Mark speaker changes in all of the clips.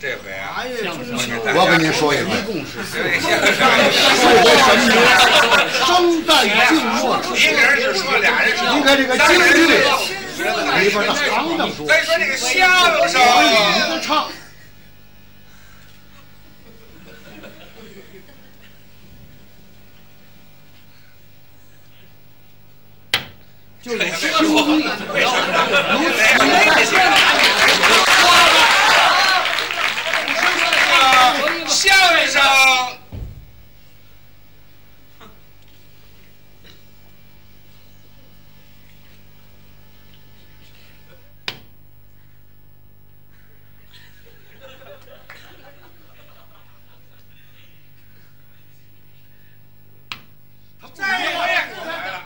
Speaker 1: 这回啊，
Speaker 2: 八月中秋，
Speaker 1: 我跟
Speaker 2: 您
Speaker 1: 您
Speaker 3: 说一
Speaker 2: 一
Speaker 3: 回
Speaker 2: 共是四
Speaker 1: 有
Speaker 2: 个
Speaker 1: 点像是
Speaker 3: 我神明，
Speaker 2: 生旦净末之
Speaker 1: 一
Speaker 2: 时
Speaker 1: 个人就说俩人，
Speaker 3: 应该这个经
Speaker 1: 人
Speaker 3: 历，
Speaker 2: 没法长的说，
Speaker 1: 再说这个瞎了上，
Speaker 2: 我影子唱，就有兄弟，
Speaker 1: 相声这回可来了！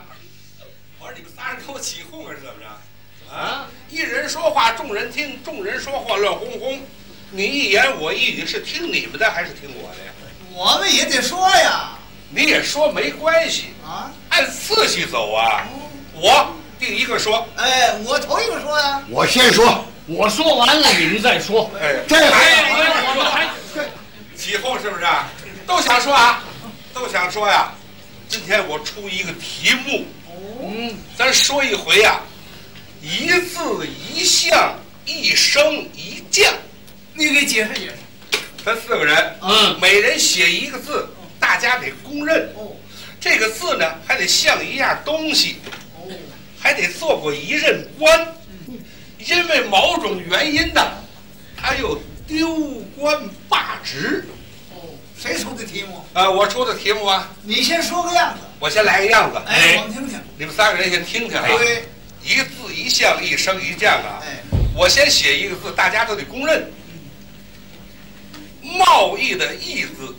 Speaker 1: 我说你们仨人跟我起哄啊，是怎么着？啊，一人说话众人听，众人说话乱哄哄。你一言我一语，是听你们的还是听我的呀？
Speaker 4: 我们也得说呀，
Speaker 1: 你也说没关系，
Speaker 4: 啊，
Speaker 1: 按次序走啊。我第一个说，
Speaker 4: 哎，我头一个说呀，
Speaker 3: 我先说，
Speaker 2: 我说完了，你们再说。
Speaker 1: 哎，
Speaker 3: 这回
Speaker 1: 还有一个
Speaker 2: 我们
Speaker 1: 说，
Speaker 2: 还
Speaker 1: 起哄是不是啊？都想说啊，都想说呀、今天我出一个题目，
Speaker 2: 嗯，
Speaker 1: 咱说一回呀、一字一项一升一将，
Speaker 4: 你给解释解释。
Speaker 1: 咱四个人，
Speaker 2: 嗯，
Speaker 1: 每人写一个字，大家得公认。
Speaker 4: 哦
Speaker 1: 这个字呢，还得像一样东西，
Speaker 4: 哦，嗯
Speaker 1: 还得做过一任官，因为某种原因呢，他又丢官罢职。
Speaker 4: 哦，谁出的题目？
Speaker 1: 呃，我出的题目啊，
Speaker 4: 你先说个样子，
Speaker 1: 我先来个样子，
Speaker 4: 哎，我们听听。
Speaker 1: 你们三个人先听听啊，
Speaker 4: 对，
Speaker 1: 一个字一项一升一将啊。
Speaker 4: 哎，
Speaker 1: 我先写一个字，大家都得公认，贸易的“易”字，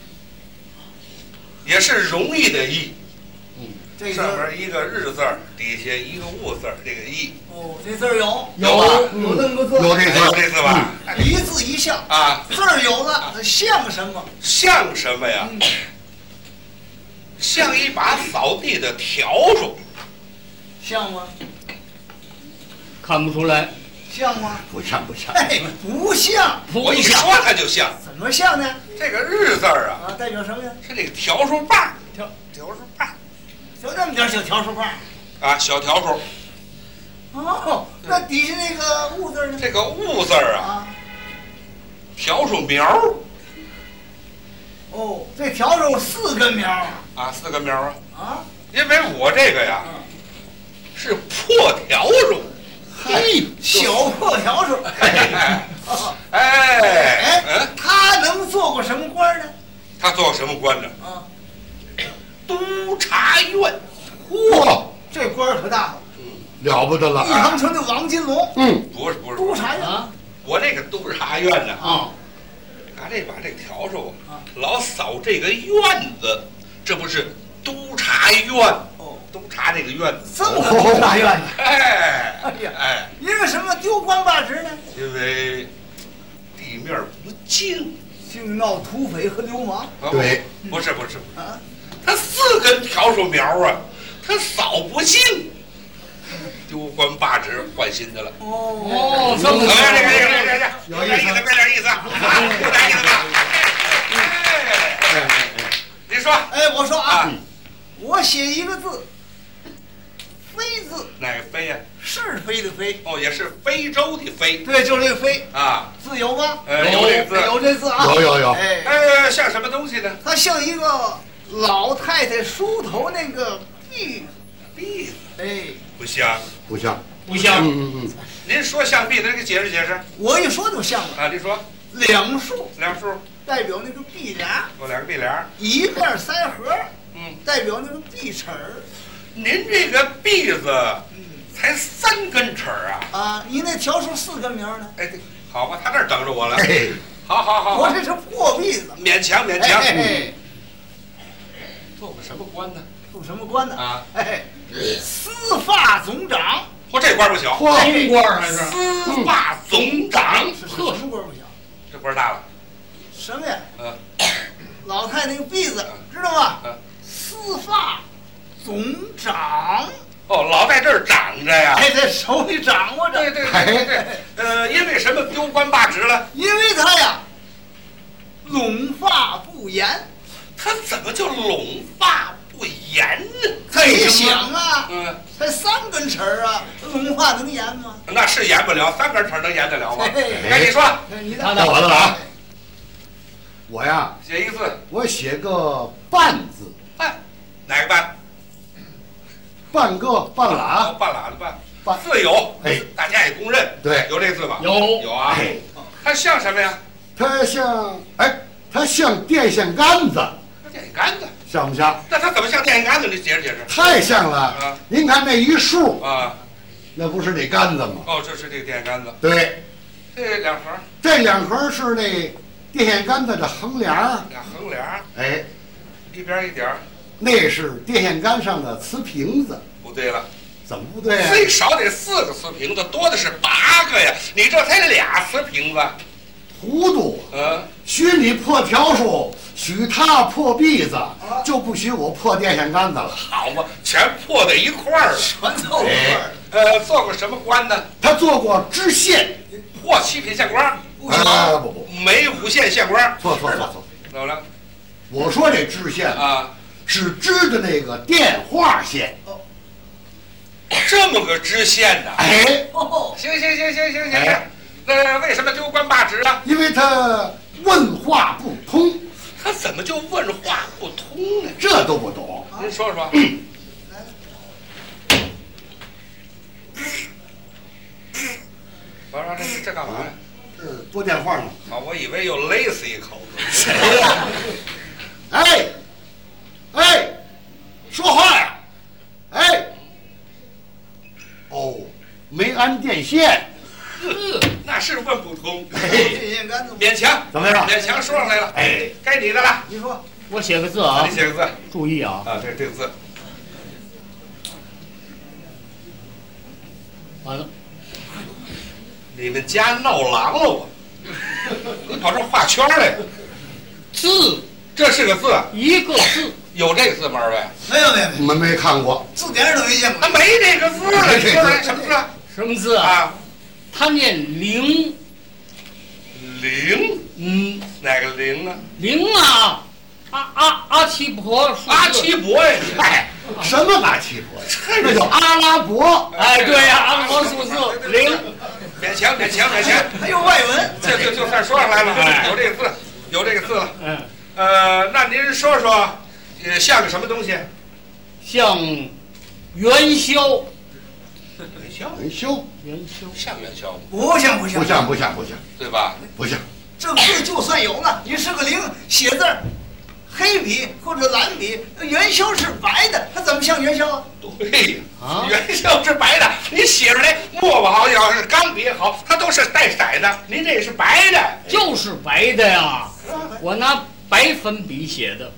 Speaker 1: 也是容易的“易”。
Speaker 4: 这字
Speaker 1: 上
Speaker 4: 儿
Speaker 1: 面一个日字儿，底下一个物字儿，这个一
Speaker 4: 哦，这字儿有
Speaker 1: 有吧？
Speaker 4: 有那么个嗯字
Speaker 3: 有这嗯
Speaker 1: 有
Speaker 3: 次，
Speaker 1: 哎这字吧？
Speaker 4: 一字一像，
Speaker 1: 啊，
Speaker 4: 字儿有了，它像什么？
Speaker 1: 像什么呀？像一把扫地的笤帚，
Speaker 4: 像吗？
Speaker 2: 看不出来，
Speaker 4: 像吗？
Speaker 3: 不像不像，
Speaker 4: 哎，不像，
Speaker 1: 我一说它就像。
Speaker 4: 怎么像呢？
Speaker 1: 这个日字儿啊，
Speaker 4: 啊，代表什么呀？
Speaker 1: 是这个笤帚把儿，
Speaker 2: 笤
Speaker 1: 笤帚把儿
Speaker 4: 就这么点小笤帚把。
Speaker 1: 啊，小笤帚。
Speaker 4: 哦，那底下那个物字呢？
Speaker 1: 这个物字儿啊，
Speaker 4: 啊，
Speaker 1: 笤帚苗儿
Speaker 4: 哦，这笤帚有四根苗儿
Speaker 1: 啊，四个苗儿啊。
Speaker 4: 啊，
Speaker 1: 因为我这个呀，
Speaker 4: 嗯
Speaker 1: 是破笤帚，
Speaker 2: 嘿，
Speaker 4: 小破笤帚。
Speaker 1: 哎
Speaker 4: 哦
Speaker 1: 哎
Speaker 4: 哎
Speaker 1: 嗯，，
Speaker 4: 他能做过什么官呢？
Speaker 1: 他做什么官呢？
Speaker 4: 啊，
Speaker 1: 督察院。
Speaker 3: 嚯，
Speaker 4: 这官儿可大了，
Speaker 3: 哦了不得了啊
Speaker 4: 一，长城的王金龙，
Speaker 3: 嗯，
Speaker 1: 不是不是，
Speaker 4: 督察院
Speaker 2: 啊
Speaker 1: 我这个督察院呢，
Speaker 2: 啊，
Speaker 1: 拿这把这笤帚啊
Speaker 4: 啊，
Speaker 1: 老扫这个院子，这不是督察院，
Speaker 4: 哦，
Speaker 1: 督察这个院子。
Speaker 4: 这么个督察院呢？
Speaker 3: 哦
Speaker 1: 哎
Speaker 4: 哎呀
Speaker 1: 哎，
Speaker 4: 因为什么丢官罢职呢？
Speaker 1: 因为地面不净。
Speaker 4: 竟闹土匪和流氓
Speaker 1: 啊
Speaker 3: 对，
Speaker 1: 不是不是，不是
Speaker 4: 啊！
Speaker 1: 他四根笤帚苗啊，他扫不净，丢官罢职换新的了。
Speaker 4: 哦
Speaker 2: 哦，这
Speaker 1: 怎
Speaker 2: 么
Speaker 1: 么样？这个这个这个
Speaker 2: 说，
Speaker 1: 这个，有点意思，有点意思啊，有点意思吧？哎，
Speaker 3: 哎哎哎
Speaker 1: 你说
Speaker 4: 哎，我说啊
Speaker 1: 啊，
Speaker 4: 我写一个字，非字，
Speaker 1: 哪个飞呀？
Speaker 4: 是非的非，
Speaker 1: 哦，也是非洲的非
Speaker 4: 对，就这个非
Speaker 1: 啊，
Speaker 4: 字有吧？
Speaker 1: 呃，
Speaker 2: 有
Speaker 1: 有这字，
Speaker 4: 有这字啊，
Speaker 3: 有有有
Speaker 4: 哎，
Speaker 1: 呃，像什么东西呢？
Speaker 4: 它像一个老太太梳头那个篦，
Speaker 1: 币
Speaker 4: 哎，
Speaker 1: 不像，
Speaker 3: 不像，
Speaker 2: 不像，
Speaker 3: 嗯嗯
Speaker 1: 您说像币，咱给解释解释
Speaker 4: 我一说就像了，
Speaker 1: 啊。您说
Speaker 4: 两竖
Speaker 1: 两竖，
Speaker 4: 代表那个币俩，
Speaker 1: 有两个币联，
Speaker 4: 一面三合
Speaker 1: 嗯，
Speaker 4: 代表那个币齿儿，
Speaker 1: 您这个币字
Speaker 4: 嗯
Speaker 1: 才三根齿儿啊，
Speaker 4: 啊，你那条数四根名儿呢？
Speaker 1: 哎，对好吧，他这儿等着我了
Speaker 3: 嗯，，哎，
Speaker 1: 好好好
Speaker 4: 我
Speaker 1: 好，
Speaker 4: 这是破币子。
Speaker 1: 勉强勉
Speaker 4: 哎
Speaker 1: 强，嗯
Speaker 4: 哎哎，
Speaker 1: 做过什么官呢？
Speaker 4: 做什么官呢？
Speaker 1: 啊，
Speaker 4: 哎，司法总长，
Speaker 1: 我这官不小，
Speaker 3: 嚯，
Speaker 2: 当官还是
Speaker 4: 嗯
Speaker 1: 司法总长，
Speaker 4: 是
Speaker 2: 呵
Speaker 4: 什么官不行？
Speaker 1: 这官大了，
Speaker 4: 什么呀？
Speaker 1: 嗯，
Speaker 4: 老太那个篦子，知道吗
Speaker 1: 嗯？
Speaker 4: 司法总长，
Speaker 1: 哦，老在这儿长着呀，
Speaker 4: 哎，在手里掌握
Speaker 1: 对
Speaker 4: 着。哎
Speaker 1: 对对对对，呃，因为什么丢官罢职了？
Speaker 4: 因为他呀，不严。
Speaker 1: 他怎么就拢发不严呢？
Speaker 4: 你想啊，
Speaker 1: 嗯，
Speaker 4: 才三根尺儿啊，龙话能严吗？
Speaker 1: 那是严不了，三根儿腿儿能严得了吗？
Speaker 4: 嘿
Speaker 1: 赶紧说，
Speaker 4: 你
Speaker 2: 他
Speaker 4: 的
Speaker 2: 的
Speaker 3: 到我了啊！我呀，
Speaker 1: 写一个字，
Speaker 3: 我写个半字，
Speaker 1: 半，哪个半？
Speaker 3: 半个半
Speaker 1: 哦
Speaker 3: 拉，
Speaker 1: 半拉的半，
Speaker 3: 半
Speaker 1: 字有，
Speaker 3: 啊哎，
Speaker 1: 大家也公认，
Speaker 3: 对，
Speaker 1: 有这字吧？
Speaker 2: 有
Speaker 1: 有啊，
Speaker 3: 哎，
Speaker 1: 它像什么呀？
Speaker 3: 它像哎，它像电线杆子，
Speaker 1: 它电线杆子，
Speaker 3: 像不像？
Speaker 1: 那它怎么像电线杆子？你解释解释。
Speaker 3: 太像了！
Speaker 1: 啊
Speaker 3: 您看那一竖，
Speaker 1: 啊，
Speaker 3: 那不是那杆子吗？
Speaker 1: 哦，这是这个电线杆子，
Speaker 3: 对，
Speaker 1: 这两横
Speaker 3: 这两横是那电线杆子的横梁儿，
Speaker 1: 俩横梁儿，
Speaker 3: 哎，
Speaker 1: 一边一点儿，
Speaker 3: 那是电线杆上的瓷瓶子，
Speaker 1: 不对了。
Speaker 3: 怎么不对啊？
Speaker 1: 最少得四个瓷瓶子，多的是八个呀！你这才俩瓷瓶子，
Speaker 3: 糊涂！
Speaker 1: 嗯，
Speaker 3: 许你破条数，许他破壁子，
Speaker 4: 啊
Speaker 3: 就不许我破电线杆子了。
Speaker 1: 好嘛，全破在一块儿了。
Speaker 4: 全凑合儿，
Speaker 1: 呃，做过什么官呢？
Speaker 3: 他做过知县，
Speaker 1: 破七品县官，
Speaker 4: 不行，
Speaker 3: 啊不不，
Speaker 1: 没五县县官，
Speaker 3: 错错错错，
Speaker 1: 怎么了？
Speaker 3: 我说这知县啊，
Speaker 1: 啊，
Speaker 3: 是知的那个电话线。
Speaker 4: 啊
Speaker 1: 这么个知县呐！
Speaker 3: 哎，
Speaker 4: 哦，
Speaker 1: 行行行行行行行
Speaker 3: 哎，
Speaker 1: 那为什么丢官罢职啊？
Speaker 3: 因为他问话不通，
Speaker 1: 他怎么就问话不通呢？
Speaker 3: 这都不懂。
Speaker 1: 您说说，王上这这干嘛呀？
Speaker 3: 呃，拨电话呢。
Speaker 1: 啊，我以为又勒死一口子。
Speaker 3: 哎，哎，说话呀！哎，哦，没安电线，
Speaker 1: 那是问不通，
Speaker 4: 这应该
Speaker 1: 勉强
Speaker 3: 怎么样？
Speaker 1: 勉强说上来了。
Speaker 3: 哎，
Speaker 1: 该你的了，
Speaker 4: 你说
Speaker 2: 我写个字啊
Speaker 1: 你，写个字
Speaker 2: 注意啊，
Speaker 1: 啊，这这个字，
Speaker 2: 完了，
Speaker 1: 你们家闹狼了我，你跑这画圈来了，
Speaker 2: 字
Speaker 1: 这是个字，
Speaker 2: 一个字，
Speaker 1: 有这字吗？二位，
Speaker 4: 没有没有没有，
Speaker 3: 你们没看过？
Speaker 4: 字典上都没见过
Speaker 1: 那。没这个字了，你说这什么字啊
Speaker 2: 什么字啊？
Speaker 1: 啊？
Speaker 2: 他念零，
Speaker 1: 零，
Speaker 2: 嗯，
Speaker 1: 哪个零啊？
Speaker 2: 零啊，阿阿阿奇婆数字，
Speaker 1: 阿奇伯呀，
Speaker 3: 哎， 什么阿奇伯呀？
Speaker 1: 这
Speaker 3: 那叫阿拉伯。
Speaker 2: 哎，对呀、阿拉伯数字零，
Speaker 1: 勉强勉强勉强，
Speaker 4: 还有外文，
Speaker 1: 这就就算说上来了，有这个字，有这个字了。
Speaker 2: 嗯，
Speaker 1: 呃，那您说说，呃，像个什么东西？
Speaker 2: 像元宵，
Speaker 1: 元宵，
Speaker 3: 元宵
Speaker 2: 元宵，
Speaker 1: 像元宵吗？
Speaker 4: 不像不像
Speaker 3: 不像不像不像
Speaker 1: 对吧？
Speaker 3: 不像，
Speaker 4: 正字就算有了，你是个零，写字儿，黑笔或者蓝笔，呃元宵是白的，它怎么像元宵啊？
Speaker 1: 对呀，
Speaker 2: 啊
Speaker 1: 元宵是白的，你写出来墨不好，要是钢笔也好，它都是带色的。您这也是白的，
Speaker 2: 就是白的呀，我拿白粉笔写的，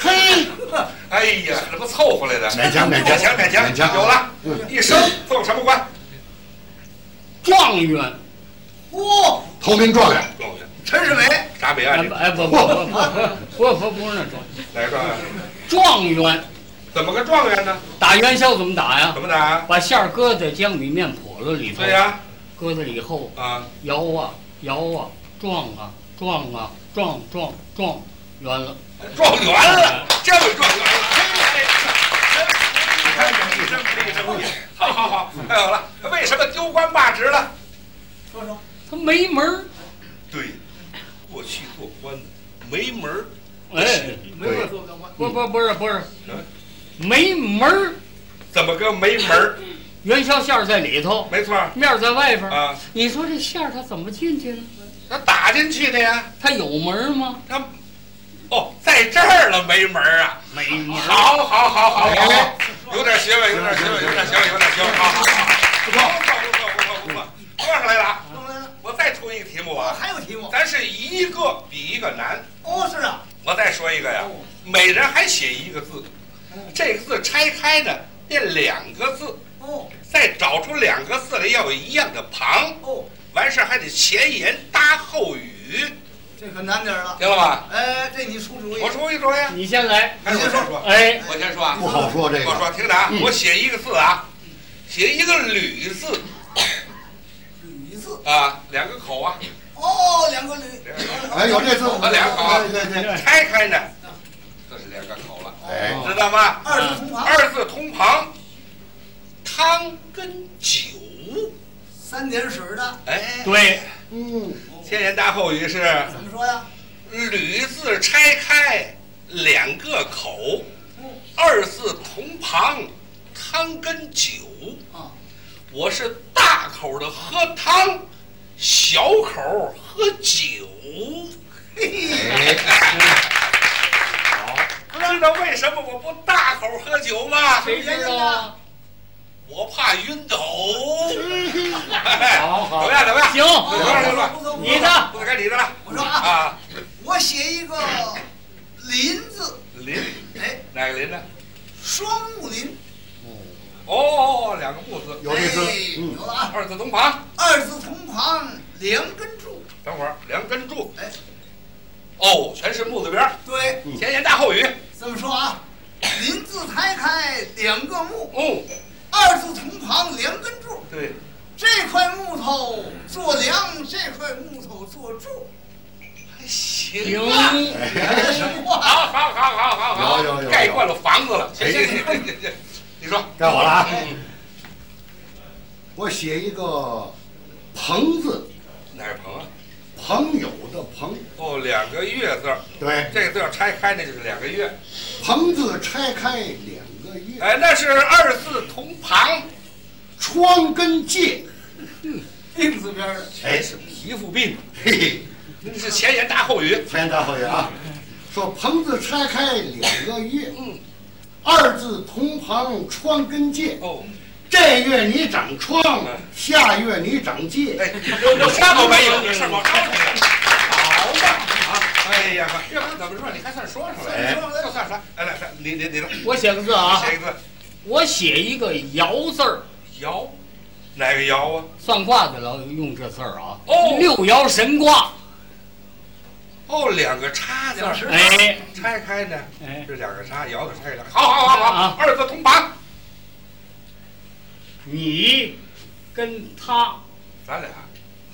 Speaker 3: 嘿，
Speaker 1: 哎呀，这不凑合来的。
Speaker 3: 勉强勉
Speaker 1: 勉强
Speaker 3: 强
Speaker 1: 勉强，
Speaker 3: 勉强
Speaker 1: 有了。
Speaker 3: 嗯
Speaker 1: 一生做什么官？
Speaker 2: 状元，
Speaker 4: 哦，
Speaker 3: 投名状元。
Speaker 1: 状元。
Speaker 4: 陈世美，
Speaker 1: 啥没啊？
Speaker 2: 哎
Speaker 1: 你
Speaker 2: 不哎不不不不不不不是那状元，
Speaker 1: 哪个状元？
Speaker 2: 状元
Speaker 1: 怎么个状元呢？
Speaker 2: 打元宵怎么打呀？
Speaker 1: 怎么打？
Speaker 2: 把馅儿搁在江米面笸箩里头，
Speaker 1: 对呀，
Speaker 2: 搁在里后
Speaker 1: 啊，
Speaker 2: 摇啊摇啊撞啊撞啊撞撞撞，圆了。
Speaker 1: 状元了，这位状元了。哎呀你真不利，真不利。好好好，还有了，为什么丢官罢职了？
Speaker 4: 说说，
Speaker 2: 他没门儿，
Speaker 1: 对，过去做官的没门儿。
Speaker 2: 哎，
Speaker 4: 没有做干官，
Speaker 2: 不不不是不是
Speaker 1: 嗯，
Speaker 2: 没门儿，
Speaker 1: 怎么个没门儿？
Speaker 2: 元宵馅儿在里头，
Speaker 1: 没错儿
Speaker 2: 面儿在外边儿。
Speaker 1: 啊，
Speaker 2: 你说这馅儿它怎么进去呢？
Speaker 1: 他打进去的呀，
Speaker 2: 它有门儿吗？
Speaker 1: 他哦，在这儿了没门儿啊！
Speaker 2: 没门儿。
Speaker 1: 好好好好好，哎有点学问，有点学问，有点学问，有点学问，好好好，不错不错不错不错，说上来了啊！
Speaker 4: 弄来了，
Speaker 1: 我再出一个题目
Speaker 4: 我
Speaker 1: 啊，
Speaker 4: 还有题目。
Speaker 1: 咱是一个比一个难。
Speaker 4: 哦，是啊，
Speaker 1: 我再说一个呀，每人还写一个字，这个字拆开呢变两个字，
Speaker 4: 哦
Speaker 1: 再找出两个字来要有一样的旁，
Speaker 4: 哦，
Speaker 1: 完事儿还得前言搭后语，
Speaker 4: 这可难点儿了。
Speaker 1: 行了吧？
Speaker 4: 哎，这你出主意
Speaker 1: 我。出一说呀，
Speaker 2: 你先来，
Speaker 1: 还是我先说？
Speaker 2: 哎，
Speaker 1: 我先说啊，
Speaker 3: 不好说这
Speaker 1: 我
Speaker 3: 个。
Speaker 1: 说听着啊，
Speaker 2: 嗯
Speaker 1: 我写一个字啊，写一个吕字
Speaker 4: 吕字，
Speaker 1: 啊，两个口啊，
Speaker 4: 哦，两个吕，哦
Speaker 1: 两个口
Speaker 3: 哎，有这字，哎
Speaker 1: 我俩搞
Speaker 3: 对对对，
Speaker 1: 拆开呢，这是两个口了，
Speaker 3: 哎，
Speaker 1: 知道吗？
Speaker 4: 二字同旁，
Speaker 1: 二字同旁，汤跟酒，
Speaker 4: 三点水的，
Speaker 1: 哎，，
Speaker 2: 对，
Speaker 3: 嗯，
Speaker 1: 千言大后语是
Speaker 4: 怎么说呀？
Speaker 1: 吕字拆开两个口，
Speaker 4: 嗯
Speaker 1: 二字同旁，汤跟酒。
Speaker 4: 啊，
Speaker 1: 我是大口的喝汤，小口喝酒。
Speaker 4: 嘿
Speaker 3: 哎，
Speaker 1: 知道为什么我不大口喝酒吗？
Speaker 2: 谁知道啊？
Speaker 1: 我怕晕倒。
Speaker 2: 好好
Speaker 1: 怎么样？怎么样？
Speaker 2: 行
Speaker 1: 怎么样怎么样
Speaker 4: 不错不错
Speaker 2: 你的
Speaker 1: 不该你的了。
Speaker 4: 我说啊，
Speaker 1: 啊，
Speaker 4: 我写一个林字，
Speaker 1: 林
Speaker 4: 哎，
Speaker 1: 哪个林呢？
Speaker 4: 双木林，
Speaker 1: 哦，两个木字，
Speaker 3: 有这字
Speaker 4: 哎，
Speaker 3: 嗯，
Speaker 4: 有了啊，
Speaker 1: 二字同旁。
Speaker 4: 二字同旁，梁根柱，
Speaker 1: 等会儿，梁根柱。
Speaker 4: 哎，
Speaker 1: 哦，全是木字边儿，
Speaker 4: 对，
Speaker 3: 嗯
Speaker 1: 前言大后语。
Speaker 4: 这么说啊，林字拆开两个木，
Speaker 1: 哦，
Speaker 4: 二字同旁梁根柱，
Speaker 1: 对，
Speaker 4: 这块木头做梁，这块木头做柱，
Speaker 1: 还行
Speaker 2: 行，
Speaker 1: 啊。
Speaker 3: 哎
Speaker 4: 这什么
Speaker 1: 好，
Speaker 4: 话？
Speaker 1: 好，好，好，好，好，
Speaker 3: 有有有
Speaker 1: 盖惯了房子了。行
Speaker 3: 哎
Speaker 1: 行行行行行，你说。
Speaker 3: 该我了啊，
Speaker 1: 嗯，
Speaker 3: 我写一个朋字，
Speaker 1: 哪个朋啊？
Speaker 3: 朋友的朋，
Speaker 1: 哦，两个月字儿，
Speaker 3: 对，
Speaker 1: 这个字要拆开那就是两个月。
Speaker 3: 朋字拆开两个月，
Speaker 1: 哎，那是二字同旁，
Speaker 3: 窗跟界，
Speaker 4: 病字边的，
Speaker 3: 哎，
Speaker 1: 皮肤病。
Speaker 3: 嘿嘿。
Speaker 1: 那是前言大后语。
Speaker 3: 财言大后语啊，说棚子拆开两个月，
Speaker 1: 嗯，
Speaker 3: 二字同旁窗跟界，
Speaker 1: 哦，
Speaker 3: 这月你长窗
Speaker 1: 嗯，
Speaker 3: 下月你长界，
Speaker 1: 哎，有事儿吗？没有，有事儿吗？好吧，啊，哎呀，这刚怎么说？你还算说上来，哎说上来就算啥？哎，来来，你你你来，
Speaker 2: 我写个字啊，
Speaker 1: 写一个
Speaker 2: 我写一个摇字儿，
Speaker 1: 摇，哪个摇啊？
Speaker 2: 算卦的老用这字儿啊。
Speaker 1: 哦
Speaker 2: 六爻神卦。
Speaker 1: 哦，两个叉字，
Speaker 2: 哎
Speaker 1: 拆开呢，
Speaker 2: 哎，
Speaker 1: 这两个叉，摇的拆开，好好好好
Speaker 2: 啊，
Speaker 1: 二字同旁，
Speaker 2: 你跟他，
Speaker 1: 咱俩，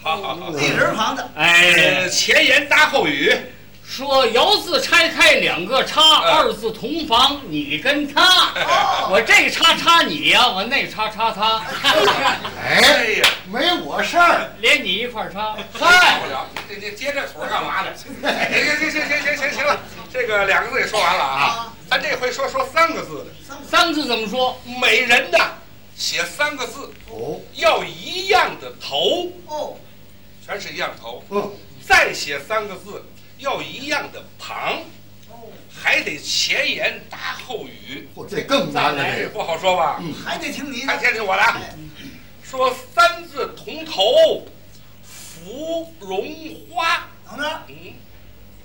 Speaker 1: 好好好。
Speaker 4: 立人旁的，
Speaker 1: 呃，
Speaker 2: 哎，
Speaker 1: 前言搭后语，
Speaker 2: 说爻字拆开两个叉，
Speaker 1: 哎
Speaker 2: 二字同房，你跟他。
Speaker 4: 哦，
Speaker 2: 我这叉叉你呀、我那叉叉他，
Speaker 1: 哎
Speaker 3: 哎，
Speaker 1: 呀，
Speaker 3: 没我事儿，
Speaker 2: 连你一块儿叉。哎
Speaker 1: 受不
Speaker 2: 嗨，
Speaker 1: 了，这这接这腿干嘛呢？行行行行行行行了，这个两个字也说完了啊，咱这回说说三个字的。
Speaker 4: 三个
Speaker 2: 三字怎么说？
Speaker 1: 每人呐，写三个字，
Speaker 3: 哦，
Speaker 1: 要一样的头，
Speaker 4: 哦，
Speaker 1: 全是一样头；
Speaker 3: 嗯，
Speaker 1: 再写三个字，要一样的旁，
Speaker 4: 哦，
Speaker 1: 还得前言搭后语，
Speaker 3: 嚯这更难了，这
Speaker 1: 这
Speaker 3: 个，
Speaker 1: 不好说吧？
Speaker 3: 嗯，
Speaker 4: 还得听你
Speaker 1: 看
Speaker 4: 的，
Speaker 1: 先听我的啊，说三字同头，芙蓉花。
Speaker 4: 等着，
Speaker 1: 嗯，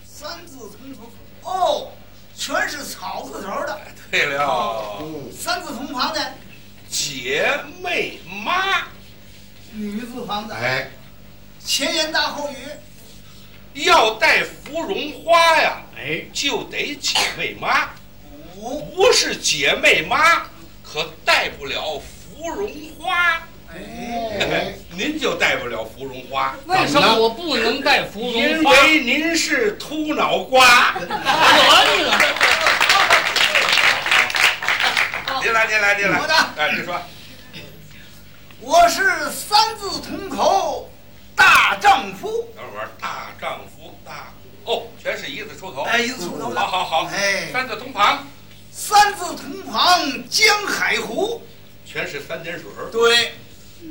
Speaker 4: 三字同头，哦，全是草字头的，
Speaker 1: 对了，
Speaker 3: 嗯，
Speaker 4: 三字同旁的，
Speaker 1: 姐妹妈
Speaker 4: 女字旁的，
Speaker 3: 哎，
Speaker 4: 前言大后语，
Speaker 1: 要带芙蓉花呀，
Speaker 2: 哎，
Speaker 1: 就得姐妹妈。
Speaker 4: 五，
Speaker 1: 不是姐妹妈，可带不了芙蓉花，
Speaker 4: 哎，
Speaker 3: 哎，
Speaker 1: 您就带不了芙蓉花，
Speaker 2: 为什么我不能带芙
Speaker 1: 因
Speaker 2: 蓉花？
Speaker 1: 为您是秃脑瓜。
Speaker 2: 得你了，
Speaker 1: 您来，您来，您来
Speaker 4: 我的，
Speaker 1: 哎，您说，
Speaker 4: 我是三字同口大丈夫，
Speaker 1: 等会儿大丈夫大哦，全是一字出头，
Speaker 4: 哎，一字出头
Speaker 1: 好
Speaker 4: 的，
Speaker 1: 好好，
Speaker 4: 哎
Speaker 1: 三字同旁
Speaker 4: 三字同旁江海湖，
Speaker 1: 全是三点水儿，
Speaker 4: 对。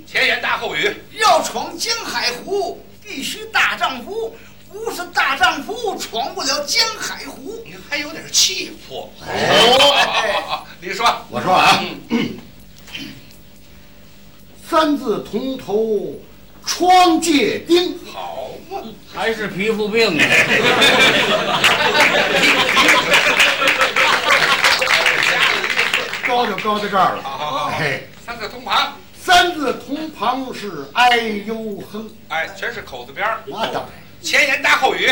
Speaker 1: 前言大后语，
Speaker 4: 要闯江海湖，必须大丈夫，不是大丈夫闯不了江海湖。
Speaker 1: 您还有点气魄。
Speaker 4: 哎
Speaker 1: 哦，您说，
Speaker 3: 我说啊，
Speaker 1: 嗯
Speaker 3: 三字同头窗界钉，
Speaker 1: 好嘛，
Speaker 2: 还是皮肤病呢？啊
Speaker 3: 高就高到这儿了，
Speaker 1: 好好好，
Speaker 3: 哎，
Speaker 1: 三字同旁，
Speaker 3: 三字同旁是哎呦哼，
Speaker 1: 哎，全是口字边儿，
Speaker 3: 那当然。
Speaker 1: 前言大后语。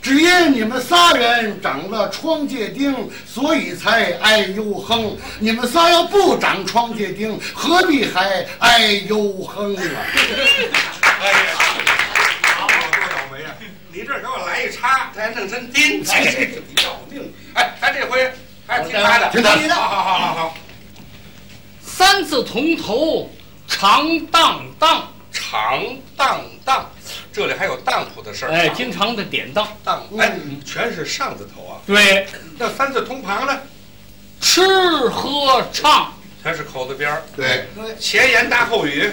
Speaker 3: 只因你们仨人长了窗界钉，所以才哎呦哼。你们仨要不长窗界钉，何必还哎呦哼啊？
Speaker 1: 哎呀，好，我多倒霉啊！你这儿给我来一叉这还弄成钉子，这这不要命！哎，咱这回还是听他的，
Speaker 3: 听他的
Speaker 1: 好好好好好，
Speaker 2: 三字铜头长荡荡，
Speaker 1: 长荡荡，这里还有当铺的事儿。
Speaker 2: 哎，经常的典当。
Speaker 1: 当哎，全是上字头啊。
Speaker 2: 对，
Speaker 1: 那三字同旁呢，
Speaker 2: 吃喝唱，
Speaker 1: 全是口字边儿，
Speaker 3: 对，
Speaker 4: 哎
Speaker 1: 前言搭后语。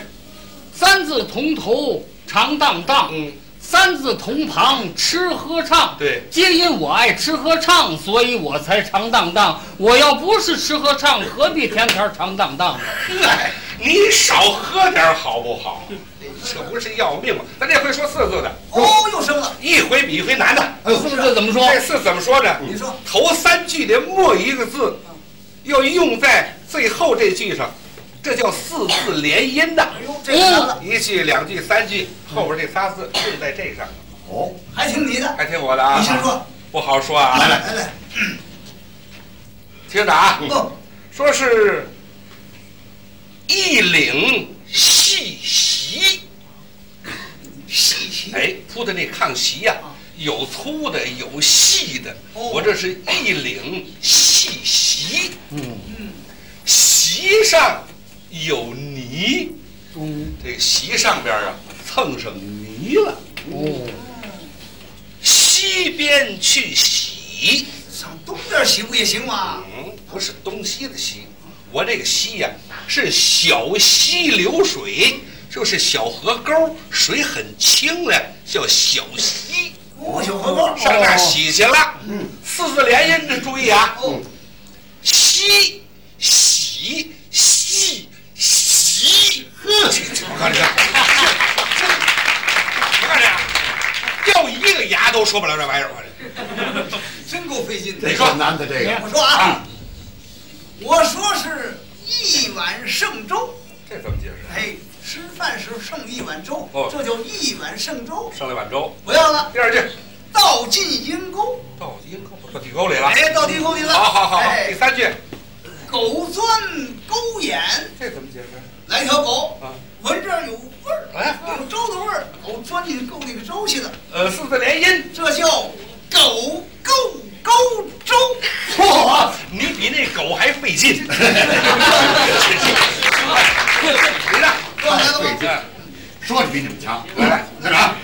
Speaker 2: 三字铜头长荡荡，
Speaker 1: 嗯，
Speaker 2: 三字同旁吃喝唱。
Speaker 1: 对，
Speaker 2: 皆因我爱吃喝唱，所以我才长荡荡。我要不是吃喝唱，何必天天长荡荡呢？
Speaker 1: 哎，你少喝点儿好不好？这不是要命吗？咱这回说四字的，
Speaker 4: 哦，又升了。
Speaker 1: 一回比一回难的。
Speaker 3: 哎呦
Speaker 2: 四字怎么说？
Speaker 1: 这四怎么说呢？
Speaker 4: 你说
Speaker 1: 头三句的末一个字，要用在最后这句上，这叫四字连音的。
Speaker 4: 哎呦，这个难了，
Speaker 1: 一句、两句、三句，后边这仨字用在这上。
Speaker 3: 哦，
Speaker 4: 还听你的，
Speaker 1: 还听我的啊？
Speaker 4: 你先说。
Speaker 1: 不好说啊。
Speaker 4: 来来来，
Speaker 1: 听着啊，
Speaker 4: 哦，
Speaker 1: 说是一领细席，
Speaker 4: 细皮，
Speaker 1: 哎，铺的那炕席呀、有粗的，有细的。
Speaker 4: 哦
Speaker 1: 我这是一领细席。
Speaker 2: 嗯
Speaker 1: 席上有泥，
Speaker 2: 嗯
Speaker 1: 这席上边啊蹭上泥了，
Speaker 2: 哦，
Speaker 1: 西边去洗，
Speaker 4: 上东边洗不也行吗？
Speaker 1: 嗯，不是东西的西，我这个西呀、是小溪流水，就是小河沟，水很清凉，叫小溪。
Speaker 4: 哦，小河沟，
Speaker 1: 上那儿洗去了，嗯，四字连音，这注意啊，
Speaker 4: 哦，
Speaker 1: 西洗西洗，呵，我看这，我看这，掉一个牙都说不了这玩意儿，我这
Speaker 4: 真够费劲的。
Speaker 3: 这个难的这个，
Speaker 4: 我说啊，我说是一碗剩粥。
Speaker 1: 这怎么解释？
Speaker 4: 哎，吃饭时候剩一碗粥，
Speaker 1: 哦
Speaker 4: 这叫一碗剩粥。
Speaker 1: 上来碗粥，
Speaker 4: 不要了，
Speaker 1: 第二句
Speaker 4: 倒进阴沟。
Speaker 1: 到阴沟到地沟里了，
Speaker 4: 哎，到地沟里了。
Speaker 1: 啊好好好，好，
Speaker 4: 哎
Speaker 1: 第三句
Speaker 4: 狗钻狗眼，
Speaker 1: 这怎么解释？
Speaker 4: 来条狗
Speaker 1: 啊，
Speaker 4: 闻这儿有味儿，
Speaker 1: 哎
Speaker 4: 有粥的味儿，狗钻进够那个粥去了，
Speaker 1: 呃，四字连音，
Speaker 4: 这叫狗够沟粥。
Speaker 1: 嚯，你比那狗还费 劲，你呢？
Speaker 4: 说完了吗？
Speaker 1: 哎
Speaker 3: 说的比你们强。
Speaker 1: 来来，
Speaker 3: 那啥，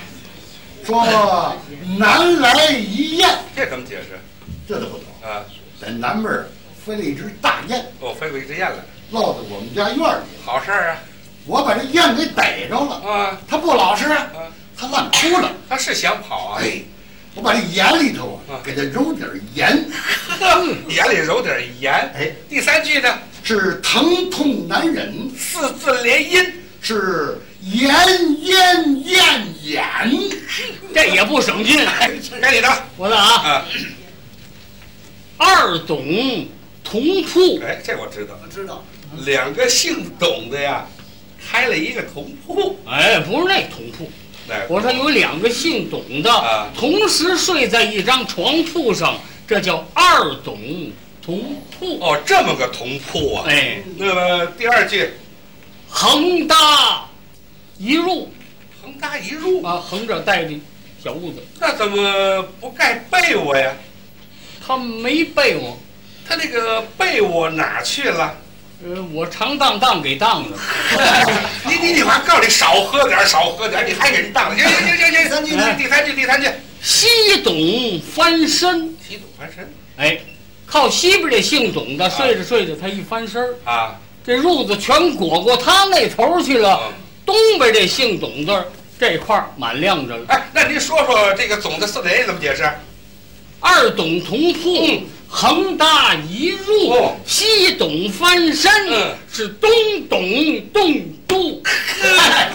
Speaker 3: 说南来一雁，
Speaker 1: 这怎么解释？
Speaker 3: 这都不懂。
Speaker 1: 啊，
Speaker 3: 在南边儿飞了一只大雁，
Speaker 1: 我飞过一只雁来，
Speaker 3: 落在我们家院儿里，
Speaker 1: 好事儿啊。
Speaker 3: 我把这雁给逮着了，
Speaker 1: 啊，
Speaker 3: 它不老实
Speaker 1: 啊
Speaker 3: 啊，它烂哭了。
Speaker 1: 他是想跑啊，
Speaker 3: 哎，我把这眼里头
Speaker 1: 啊
Speaker 3: 啊，给它揉点儿盐，
Speaker 1: 眼里揉点盐。
Speaker 3: 哎，
Speaker 1: 第三句呢，
Speaker 3: 是疼痛难忍，
Speaker 1: 四字连 音，
Speaker 3: 是盐咽咽眼。
Speaker 2: 这也不省劲。
Speaker 1: 哎，该你的
Speaker 2: 我的啊，
Speaker 1: 啊。
Speaker 2: 二董同铺，
Speaker 1: 哎，这我知道，
Speaker 4: 我知道，
Speaker 1: 两个姓董的呀，开了一个铜铺。
Speaker 2: 哎，不是那同铺，
Speaker 1: 哎，
Speaker 2: 我说有两个姓董
Speaker 1: 啊
Speaker 2: 的，同时睡在一张床铺上，这叫二董同铺。
Speaker 1: 哦，这么个铜铺啊。
Speaker 2: 哎，
Speaker 1: 那么第二句，
Speaker 2: 横搭一入
Speaker 1: 横搭一入，
Speaker 2: 啊，横着带着小屋子，
Speaker 1: 那怎么不盖被窝呀？
Speaker 2: 他没被我，
Speaker 1: 他那个被窝哪去了？
Speaker 2: 呃，我长荡荡给荡的。
Speaker 1: 你你你，我还告诉你少喝点儿，少喝点儿，你还给人当了。行行行行行，
Speaker 4: 三句呢
Speaker 1: 第三句，第三句，
Speaker 2: 西董翻身，
Speaker 1: 提桶翻身
Speaker 2: 哎，靠西边这姓董的睡着睡着，他一翻身儿
Speaker 1: 啊。
Speaker 2: 这褥子全裹过他那头儿去了
Speaker 1: 嗯。
Speaker 2: 东北这姓董字儿这块儿满晾着了。
Speaker 1: 哎，那您说说这个总的四连怎么解释？
Speaker 2: 二董同铺，横搭一入，
Speaker 1: 哦
Speaker 2: 西董翻身，
Speaker 1: 嗯
Speaker 2: 是东董栋都。
Speaker 1: 哎